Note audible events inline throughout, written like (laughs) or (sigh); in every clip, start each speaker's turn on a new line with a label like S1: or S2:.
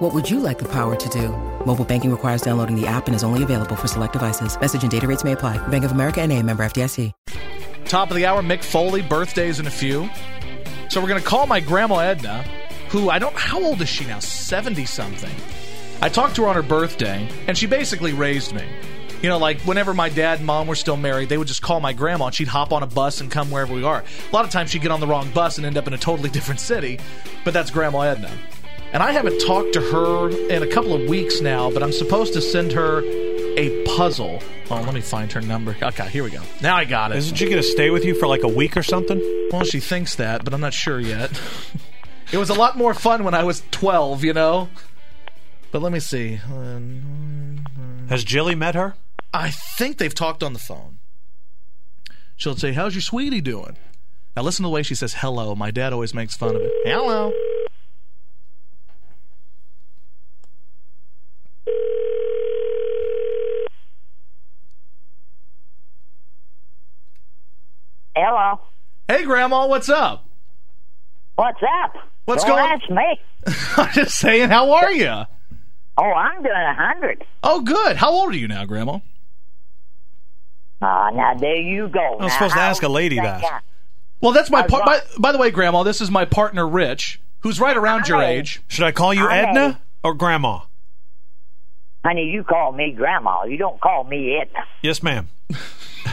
S1: What would you like the power to do? Mobile banking requires downloading the app and is only available for select devices. Message and data rates may apply. Bank of America and a member FDIC.
S2: Top of the hour, Mick Foley, birthdays in a few. So we're going to call my grandma Edna, who I don't, how old is she now? 70 something. I talked to her on her birthday, and she basically raised me. You know, like whenever my dad and mom were still married, they would just call my grandma and she'd hop on a bus and come wherever we are. A lot of times she'd get on the wrong bus and end up in a totally (laughs) different city, but that's Grandma Edna. And I haven't talked to her in a couple of weeks now, but I'm supposed to send her a puzzle. Oh, let me find her number. Okay, here we go. Now I got it.
S3: Isn't she going to stay with you for like a week or something?
S2: Well, she thinks that, but I'm not sure yet. it was a lot more fun when I was 12, you know? But let me see. Um,
S3: Has Jilly met her?
S2: I think they've talked on the phone. She'll say, How's your sweetie doing? Now, listen to the way she says hello. My dad always makes fun of it. Hello.
S4: Hello.
S2: Hey, Grandma, what's up? (laughs)
S4: What's up?
S2: What's
S4: Don't
S2: going-
S4: Ask me.
S2: I'm just saying, how are you?
S4: Oh, I'm doing a hundred.
S2: Oh, good. How old are you now, Grandma?
S4: Ah, now there you go.
S3: I was supposed to
S4: how
S3: ask a
S4: do you
S3: lady
S4: think
S3: that.
S4: I-
S2: Well, that's my
S4: Uh,
S2: part. By,
S4: what?
S2: by the way, Grandma, this is my partner, Rich, who's right around your
S4: Hi.
S2: age. (laughs)
S3: Should I call you
S4: I
S3: Edna
S4: know.
S3: or Grandma?
S4: Honey, you call me grandma. You don't call me Edna.
S3: Yes, ma'am.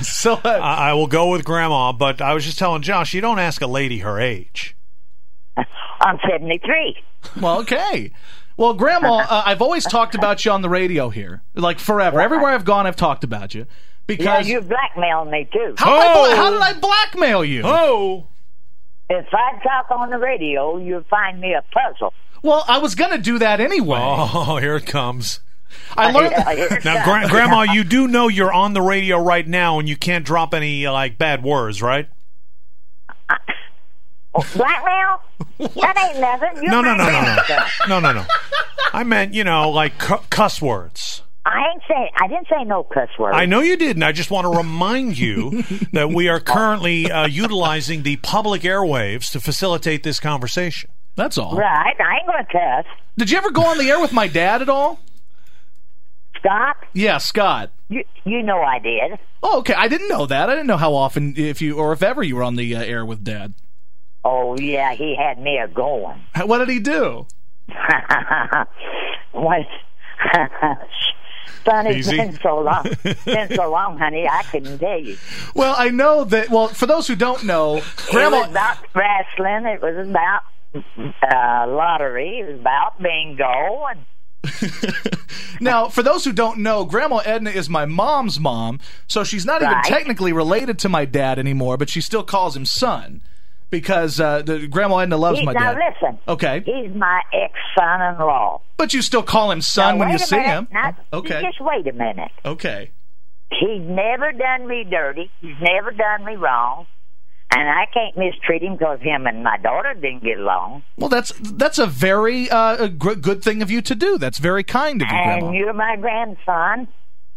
S2: So, uh,
S3: I, I will go with Grandma, but I was just telling Josh, you don't ask a lady her age.
S4: (laughs) I'm 73.
S2: Well, okay. Well,
S4: (laughs)
S2: Grandma, uh, I've always talked about you on the radio here, like forever. Everywhere I've gone, I've talked about you
S4: Yeah,
S2: because
S4: you blackmailed me too.
S2: how, am I bla-
S3: Oh.
S2: how did I blackmail you?
S3: Oh,
S4: If I talk on the radio, you'll find me a puzzle.
S2: Well, I was gonna do that anyway.
S3: oh, (laughs) here it comes.
S2: I learned.
S4: Yeah, it's,
S3: Now,
S4: uh,
S3: gra-
S4: (laughs)
S3: Grandma, you do know you're on the radio right now, and you can't drop any like bad words, right?
S4: Oh, blackmail?
S3: (laughs)
S4: that ain't nothing. You're
S3: No, no,
S4: my
S3: no, no, no,
S4: grandson.
S3: no, no, no. I meant you know like cu- cuss words.
S4: I ain't saying. I didn't say no cuss words.
S3: I know you didn't. I just want to remind (laughs) you that we are currently uh, utilizing the public airwaves to facilitate this conversation.
S2: That's all.
S4: Right? I ain't gonna cuss.
S2: Did you ever go on the air with my dad at all?
S4: Stop.
S2: Yeah, Scott.
S4: You you know I did.
S2: Oh, okay. I didn't know that. I didn't know how often, if you or if ever, you were on the uh, air with Dad.
S4: Oh yeah, he had me a going. (laughs)
S2: How- What did he do?
S4: what? Son, it's
S3: Easy.
S4: been
S2: (laughs)
S4: so long, been so long, honey. I couldn't tell you.
S2: Well, I know that. Well, for those who don't know,
S4: it
S2: Grandma.
S4: was about wrestling. It was about uh, lottery. It was about bingo. And
S2: (laughs) Now, for those who don't know, Grandma Edna is my mom's mom, so she's not even
S4: Right.
S2: technically related to my dad anymore, but she still calls him son because uh, the, Grandma Edna loves
S4: he's
S2: my
S4: now
S2: dad.
S4: listen.
S2: Okay.
S4: he's my ex-son-in-law.
S2: But you still call him son
S4: Now,
S2: when
S4: wait
S2: you
S4: a
S2: see
S4: minute.
S2: him. Oh,
S4: Now,
S2: okay.
S4: Just wait a minute.
S2: Okay.
S4: He's never done me dirty. He's never done me wrong. And I can't mistreat him because him and my daughter didn't get along.
S2: Well, that's that's a very uh, a gr- good thing of you to do. That's very kind of you, Grandma.
S4: and you're my grandson,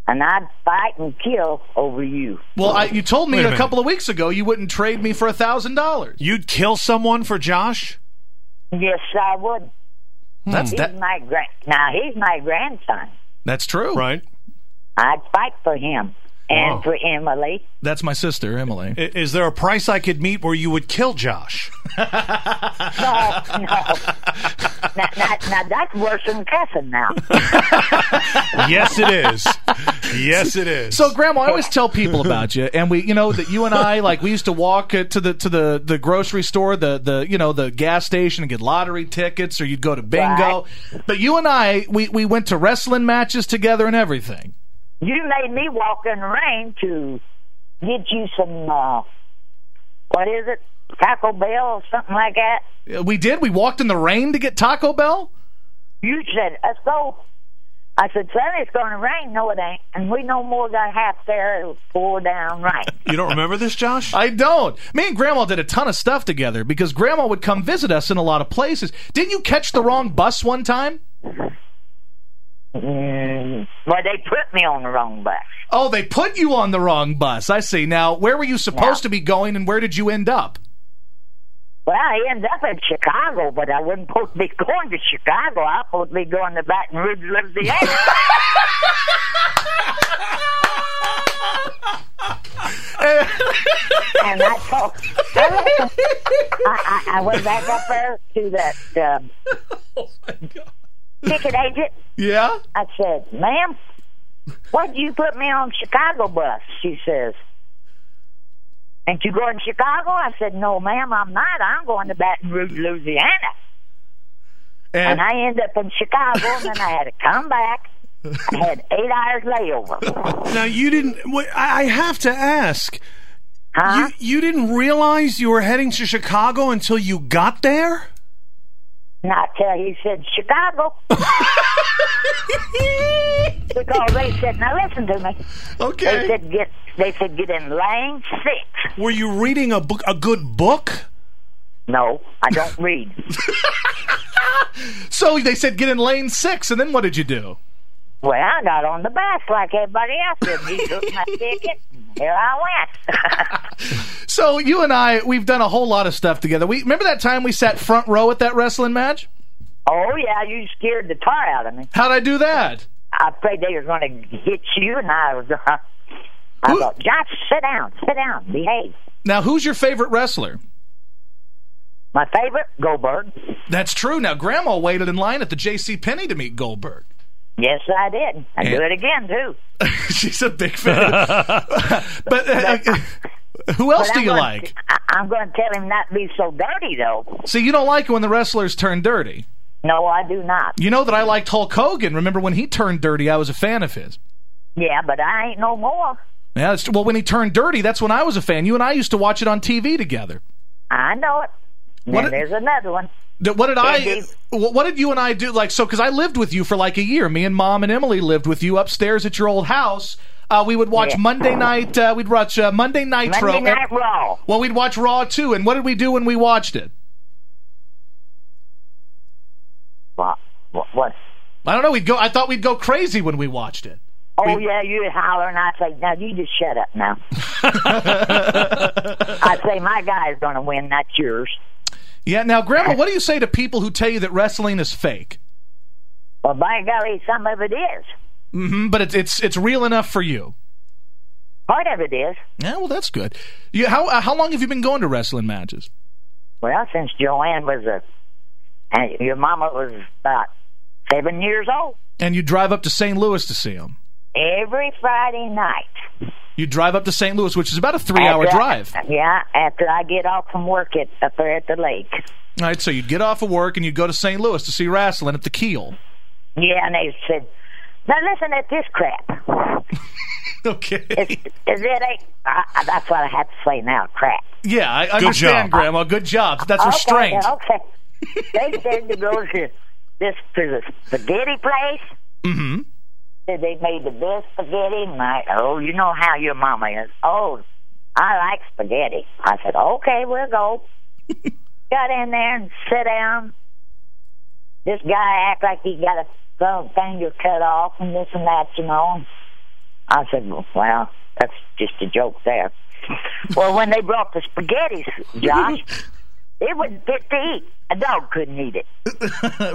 S4: and I'd fight and kill over you.
S2: well, I, you told me
S3: Wait
S2: a,
S3: a minute.
S2: couple of weeks ago you wouldn't trade me for a thousand dollars.
S3: You'd kill someone for Josh?
S4: Yes, I would.
S2: That's
S3: Hmm.
S4: He's
S2: that.
S4: my grand. Now he's my grandson.
S2: That's true.
S3: Right.
S4: I'd fight for him and
S3: Wow.
S4: for Emily.
S2: That's my sister Emily.
S3: I- Is there a price I could meet where you would kill Josh?
S4: No, no. now, now, now that's worse than cussing. Now,
S3: yes, it is. Yes, it is.
S2: So, Grandma, I always tell people about you, and we, you know, that you and I, like, we used to walk uh, to the to the the grocery store, the the you know the gas station, and get lottery tickets, or you'd go to bingo. But you and I, we we went to wrestling matches together and everything.
S4: you made me walk in the rain to get you some. Uh, what is it? Taco Bell or something like that.
S2: Uh, We did. We walked in the rain to get Taco Bell.
S4: You said, "Let's go." I said, Sonny, it's going to rain. No, it ain't. And we no more than half there. It'll pour down rain.
S3: You don't remember this, Josh?
S2: I don't. Me and Grandma did a ton of stuff together because Grandma would come visit us in a lot of places. Didn't you catch the wrong bus one time?
S4: Mm, well, they put me on the wrong bus.
S2: Oh, they put you on the wrong bus. I see. Now, where were you supposed to
S4: Yeah.
S2: be going and where did you end up?
S4: Well, I ended up in Chicago, but I wasn't supposed to be going to Chicago. I was supposed to be going to Baton Rouge, Louisiana. and I told, I, I, I went back up there to that um, ticket agent.
S2: Yeah?
S4: I said, "Ma'am, why'd you put me on Chicago bus?" She says, "Ain't you going to Chicago?" I said, "No, ma'am, I'm not. I'm going to Baton Rouge, Louisiana." And I end up in Chicago, and then I had to come back. I had eight hours layover.
S3: (laughs) Now you didn't. Wait, I I have to ask.
S4: Huh?
S3: You you didn't realize you were heading to Chicago until you got there.
S4: And I tell you, he said, Chicago. because they said, now listen to me. They
S2: okay.
S4: said, get, they said, get in lane six.
S3: Were you reading a book? A good book?
S4: No, I don't read.
S2: So they said get in lane six, and then what did you do?
S4: Well, I got on the bus like everybody else did. He took
S2: (laughs)
S4: my ticket. and Here I went. (laughs)
S2: So you and I, we've done a whole lot of stuff together. We remember that time we sat front row at that wrestling match?
S4: oh yeah, you scared the tar out of me.
S2: How'd I do that?
S4: I afraid they were going to hit you, and I was. (laughs) Uh, I thought, Josh, sit down, sit down, behave.
S2: Now, who's your favorite wrestler?
S4: My favorite, Goldberg.
S2: That's true. Now, Grandma waited in line at the J.C. Penney to meet Goldberg. (laughs)
S4: Yes, I did. I do it again too.
S2: She's a big
S4: (laughs)
S2: fan. but uh, who else
S4: But
S2: do
S4: I'm
S2: you
S4: gonna-
S2: like?
S4: I, I'm going to tell him not to be so dirty, though.
S2: See, you don't like it when the wrestlers turn dirty.
S4: No, I do not.
S2: You know that I liked Hulk Hogan. Remember when he turned dirty? I was a fan of his.
S4: Yeah, but I ain't no more.
S2: Yeah, that's, well, when he turned dirty, that's when I was a fan. You and I used to watch it on TV together.
S4: I know it.
S2: What
S4: Then
S2: it-
S4: there's another one.
S2: Th- What did I?
S4: Indeed.
S2: What what did you and I do? Like so, because I lived with you for like a year. Me and Mom and Emily lived with you upstairs at your old house. Uh, we would watch
S4: Yeah.
S2: Monday night. Uh, we'd watch uh, Monday Nitro.
S4: Monday Night
S2: And-
S4: Raw.
S2: well, we'd watch Raw too. And what did we do when we watched it?
S4: What? What? what?
S2: I don't know. We'd go. I thought we'd go crazy when we watched it.
S4: Oh yeah, you holler and I say, now you just shut up now. I say my guy's going to win, not yours.
S2: Yeah. Now, Grandma, what do you say to people who tell you that wrestling is fake?
S4: Well, by golly, some of it is.
S2: hmm but it's it's it's real enough for you.
S4: Part of it is.
S2: Yeah. Well, that's good. You, how uh, how long have you been going to wrestling matches?
S4: Well, since Joanne was a, and your mama was about seven years old,
S2: And you drive up to St. Louis to see them.
S4: every Friday night.
S2: You drive up to St. Louis, which is about a three-hour
S4: After I-
S2: drive.
S4: yeah, after I get off from work at up there at the lake.
S2: All right, so you'd get off of work and you'd go to St. Louis to see wrestling at the Keel. (laughs)
S4: Yeah, and they said, now listen at this crap.
S2: Okay.
S4: It's, it ain't. I, I- that's what I have to say now. Crap.
S2: Yeah, I understand,
S3: job.
S2: Grandma. Good job. That's
S4: okay,
S2: restraint.
S4: Okay. They said to go to this to the spaghetti place. Mm-hmm. Said they made the best spaghetti. My oh, you know how your mama is. Oh, I like spaghetti. I said, okay,
S2: (laughs)
S4: we'll go. got in there and sit down. This guy act like he got a thumb finger cut off and this and that, you know. I said, well, that's just a joke
S2: (laughs)
S4: there. well, when they brought the spaghetti, Josh, it wasn't fit to eat. A dog couldn't eat it.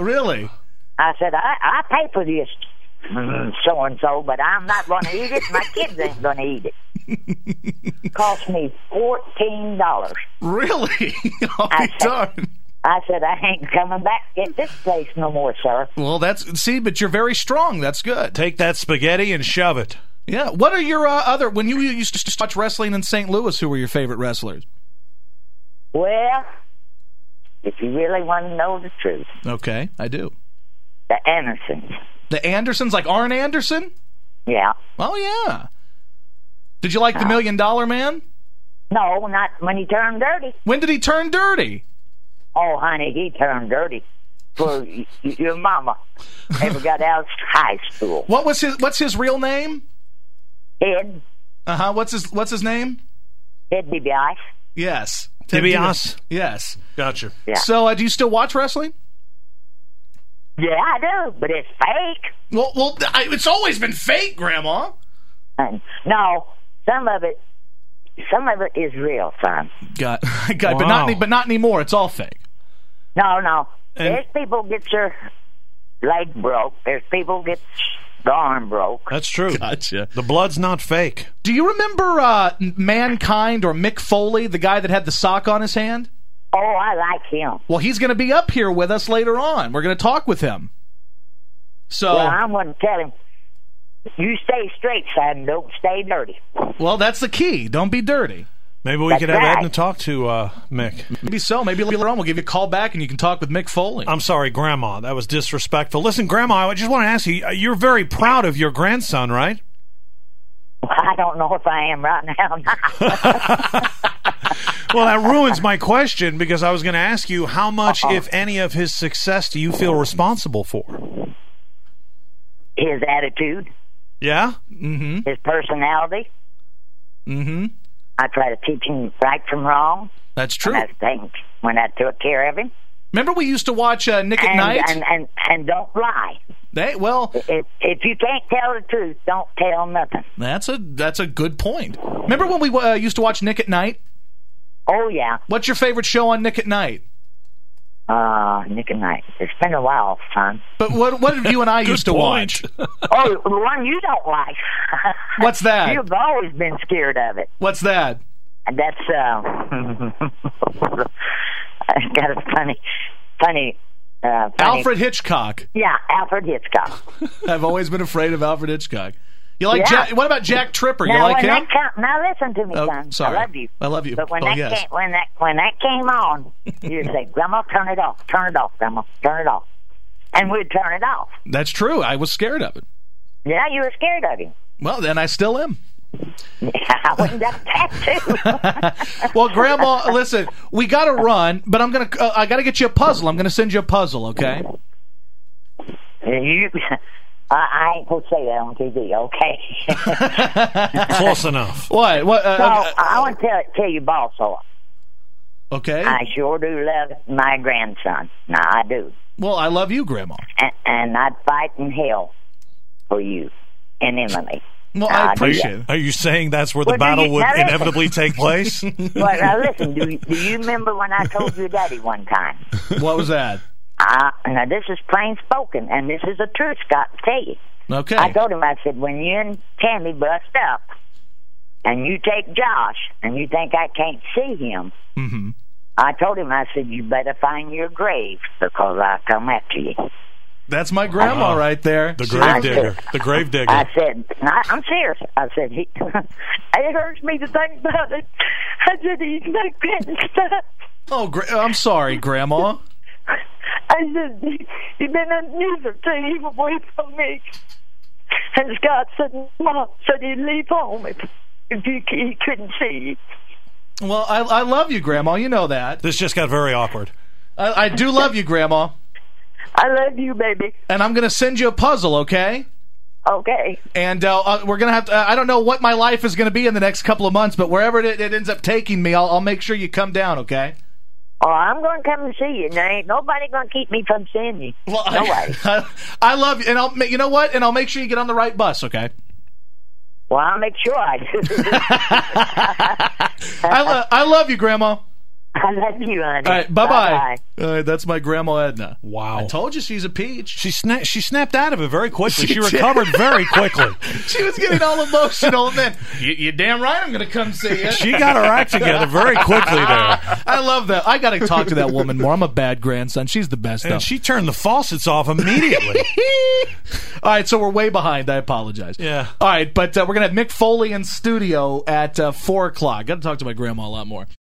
S2: (laughs) really?
S4: I said, I, I pay for this so and so, but I'm not going to eat it. My kids ain't going to eat it. Cost me fourteen dollars.
S2: Really? (laughs) oh,
S4: I-
S2: darn.
S4: I said, I ain't coming back at this place no more, sir.
S2: Well, that's see, but you're very strong. That's good.
S3: Take that spaghetti and shove it.
S2: Yeah. What are your uh, other? When you used to just watch wrestling in St. Louis, who were your favorite wrestlers?
S4: Well, if you really want to know the truth,
S2: Okay, I do.
S4: the Andersons.
S2: The Andersons, like Arn Anderson.
S4: Yeah.
S2: Oh yeah. Did you like the Million Dollar Man?
S4: No, not when he turned dirty.
S2: When did he turn dirty?
S4: Oh, honey, he turned dirty. for y- y- your mama. Ever got out of high school?
S2: What was his What's his real name?
S4: Ted,
S2: Uh huh. What's his What's his name?
S4: Ted DiBiase.
S2: Yes. Ted
S3: DiBiase.
S2: Yes.
S3: Gotcha.
S4: Yeah.
S2: So, uh, do you still watch wrestling?
S4: Yeah, I do, but it's fake.
S2: Well, well, I, it's always been fake, Grandma.
S4: And no, some of it, some of it is real, son.
S2: Got, (laughs) got, but not,
S3: Wow.
S2: any- but not anymore. It's all fake.
S4: No, no.
S3: And-
S4: There's people get their leg broke. There's people get their arm broke.
S3: That's true.
S2: Gotcha.
S3: The blood's not fake.
S2: Do you remember uh, Mankind or Mick Foley, the guy that had the sock on his hand?
S4: Oh, I like him.
S2: Well, he's going to be up here with us later on. We're going to talk with him. So,
S4: Well, I'm going to tell him, you stay straight, son. Don't stay dirty. (laughs)
S2: well, that's the key. Don't be dirty.
S3: Maybe we
S4: That's
S3: could have
S4: right.
S3: Edna talk to uh, Mick.
S2: Maybe so. Maybe later on we'll give you a call back and you can talk with Mick Foley.
S3: I'm sorry, Grandma. That was disrespectful. Listen, Grandma, I just want to ask you. uh, You're very proud of your grandson, right?
S4: I don't know if I am right now.
S3: Well, that ruins my question because I was going to ask you how much, if any, of his success do you feel responsible for?
S4: (laughs) his attitude,
S3: Yeah.
S4: his personality.
S2: mm-hmm.
S4: I try to teach him right from wrong.
S2: That's true.
S4: I think when I took care of him.
S2: Remember we used to watch uh, Nick at
S4: And,
S2: Night?
S4: and, and, and don't lie.
S2: They- well,
S4: If, if you can't tell the truth, don't tell nothing.
S2: that's a that's a good point. Remember when we uh, used to watch Nick at Night?
S4: Oh, yeah.
S2: What's your favorite show on Nick at Night?
S4: Uh, Nick and Knight. It's been a while,
S2: (laughs)
S4: son.
S2: But what what did you and I used to watch?
S4: Oh, the one you don't like. (laughs)
S2: What's that?
S4: You've always been scared of it.
S2: What's that?
S4: And that's
S2: (laughs)
S4: uh, (laughs) I got a funny, funny. Uh, funny
S2: Alfred Hitchcock.
S4: Yeah, Alfred Hitchcock.
S2: I've always been afraid of Alfred Hitchcock. You like
S4: Yeah.
S2: Jack? What about Jack Tripper? You
S4: now,
S2: like
S4: when
S2: him?
S4: that come, now listen to me,
S2: Oh,
S4: son.
S2: sorry.
S4: I love you.
S2: I love you.
S4: But when
S2: Oh,
S4: that
S2: yes.
S4: came, when that when that came
S2: (laughs)
S4: on, you'd say, "Grandma, turn it off. Turn it off, Grandma. Turn it off." And we'd turn it off.
S2: That's true. I was scared of it.
S4: Yeah, you were scared of him. (laughs)
S2: Well, then I still am.
S4: I wouldn't have that (laughs)
S2: Well, Grandma, listen, we got to run, but I'm gonna uh, I got to get you a puzzle. I'm gonna send you a puzzle, okay? (laughs)
S4: too. you, I, I ain't gonna say that on TV,
S2: (laughs)
S4: okay?
S3: Close
S4: (laughs)
S3: enough.
S2: What? What? Uh,
S4: No,
S2: uh,
S4: I want to tell, tell you, boss, so
S2: okay.
S4: I sure do love my grandson. Now, I do.
S2: well, I love you, Grandma.
S4: And, and I'd fight in hell for you and Emily.
S2: Well,
S4: Ah,
S2: I
S4: yeah.
S2: appreciate it.
S3: Are you saying that's where the
S4: Well, do
S3: battle
S4: you-
S3: would
S4: now listen.
S3: inevitably take
S4: (laughs)
S3: place?
S4: But now, listen, do, you- do you remember when I told your daddy one time?
S2: What was that?
S4: Uh, now, this is plain spoken, and this is the truth, Scott, to tell you.
S2: Okay.
S4: I told him, I said, when you and Tammy bust up, and you take Josh, and you think I can't see him,
S2: hmm
S4: I told him, I said, you better find your grave because I'll come after you.
S2: That's my grandma
S3: Uh-huh.
S2: right there.
S3: The
S2: She-
S3: grave digger. The grave digger.
S4: I said, and I, I'm serious. I said, (laughs) he, it hurts me to think about it. I said, he's not getting stuff.
S2: oh, gra- I'm sorry, Grandma.
S4: I said, (laughs) he- he's been in music to keep away from me. And Scott said, Mom, said he'd leave home if, if he, he couldn't see.
S2: Well, I, I love you, Grandma. You know that.
S3: This just got very awkward.
S2: I, I do love you, Grandma.
S4: I love you, baby.
S2: And I'm gonna send you a puzzle, okay?
S4: Okay.
S2: And uh, uh, we're gonna have to. Uh, I don't know what my life is gonna be in the next couple of months, but wherever it, it ends up taking me, I'll, I'll make sure you come down. Okay?
S4: Oh, I'm going to come and see you. There ain't nobody going to keep me from seeing you.
S2: Well,
S4: no
S2: I,
S4: way.
S2: (laughs) I, love you, and I'll. ma- You know what? And I'll make sure you get on the right bus. Okay?
S4: Well, I'll make sure I do. (laughs)
S2: I, lo- I love you, Grandma. All
S4: I love you, honey. All
S2: right, bye bye. All right, that's my grandma Edna.
S3: Wow.
S2: I told you she's a peach. (laughs)
S3: She sna- she snapped out of it very
S2: She
S3: quickly. She
S2: did.
S3: recovered very quickly.
S4: (laughs)
S2: She was getting all emotional, and then (laughs) you, you're damn right, I'm gonna come see (laughs) you.
S3: She got her act together very quickly there.
S2: I love that. I gotta talk to that woman more. I'm a bad grandson. She's the best. though.
S3: And she turned the faucets off (laughs) immediately.
S2: All right, so we're way behind. I apologize.
S3: Yeah.
S2: All right, but uh, we're gonna have Mick Foley in studio at uh, four o'clock. Got to talk to my grandma a lot more.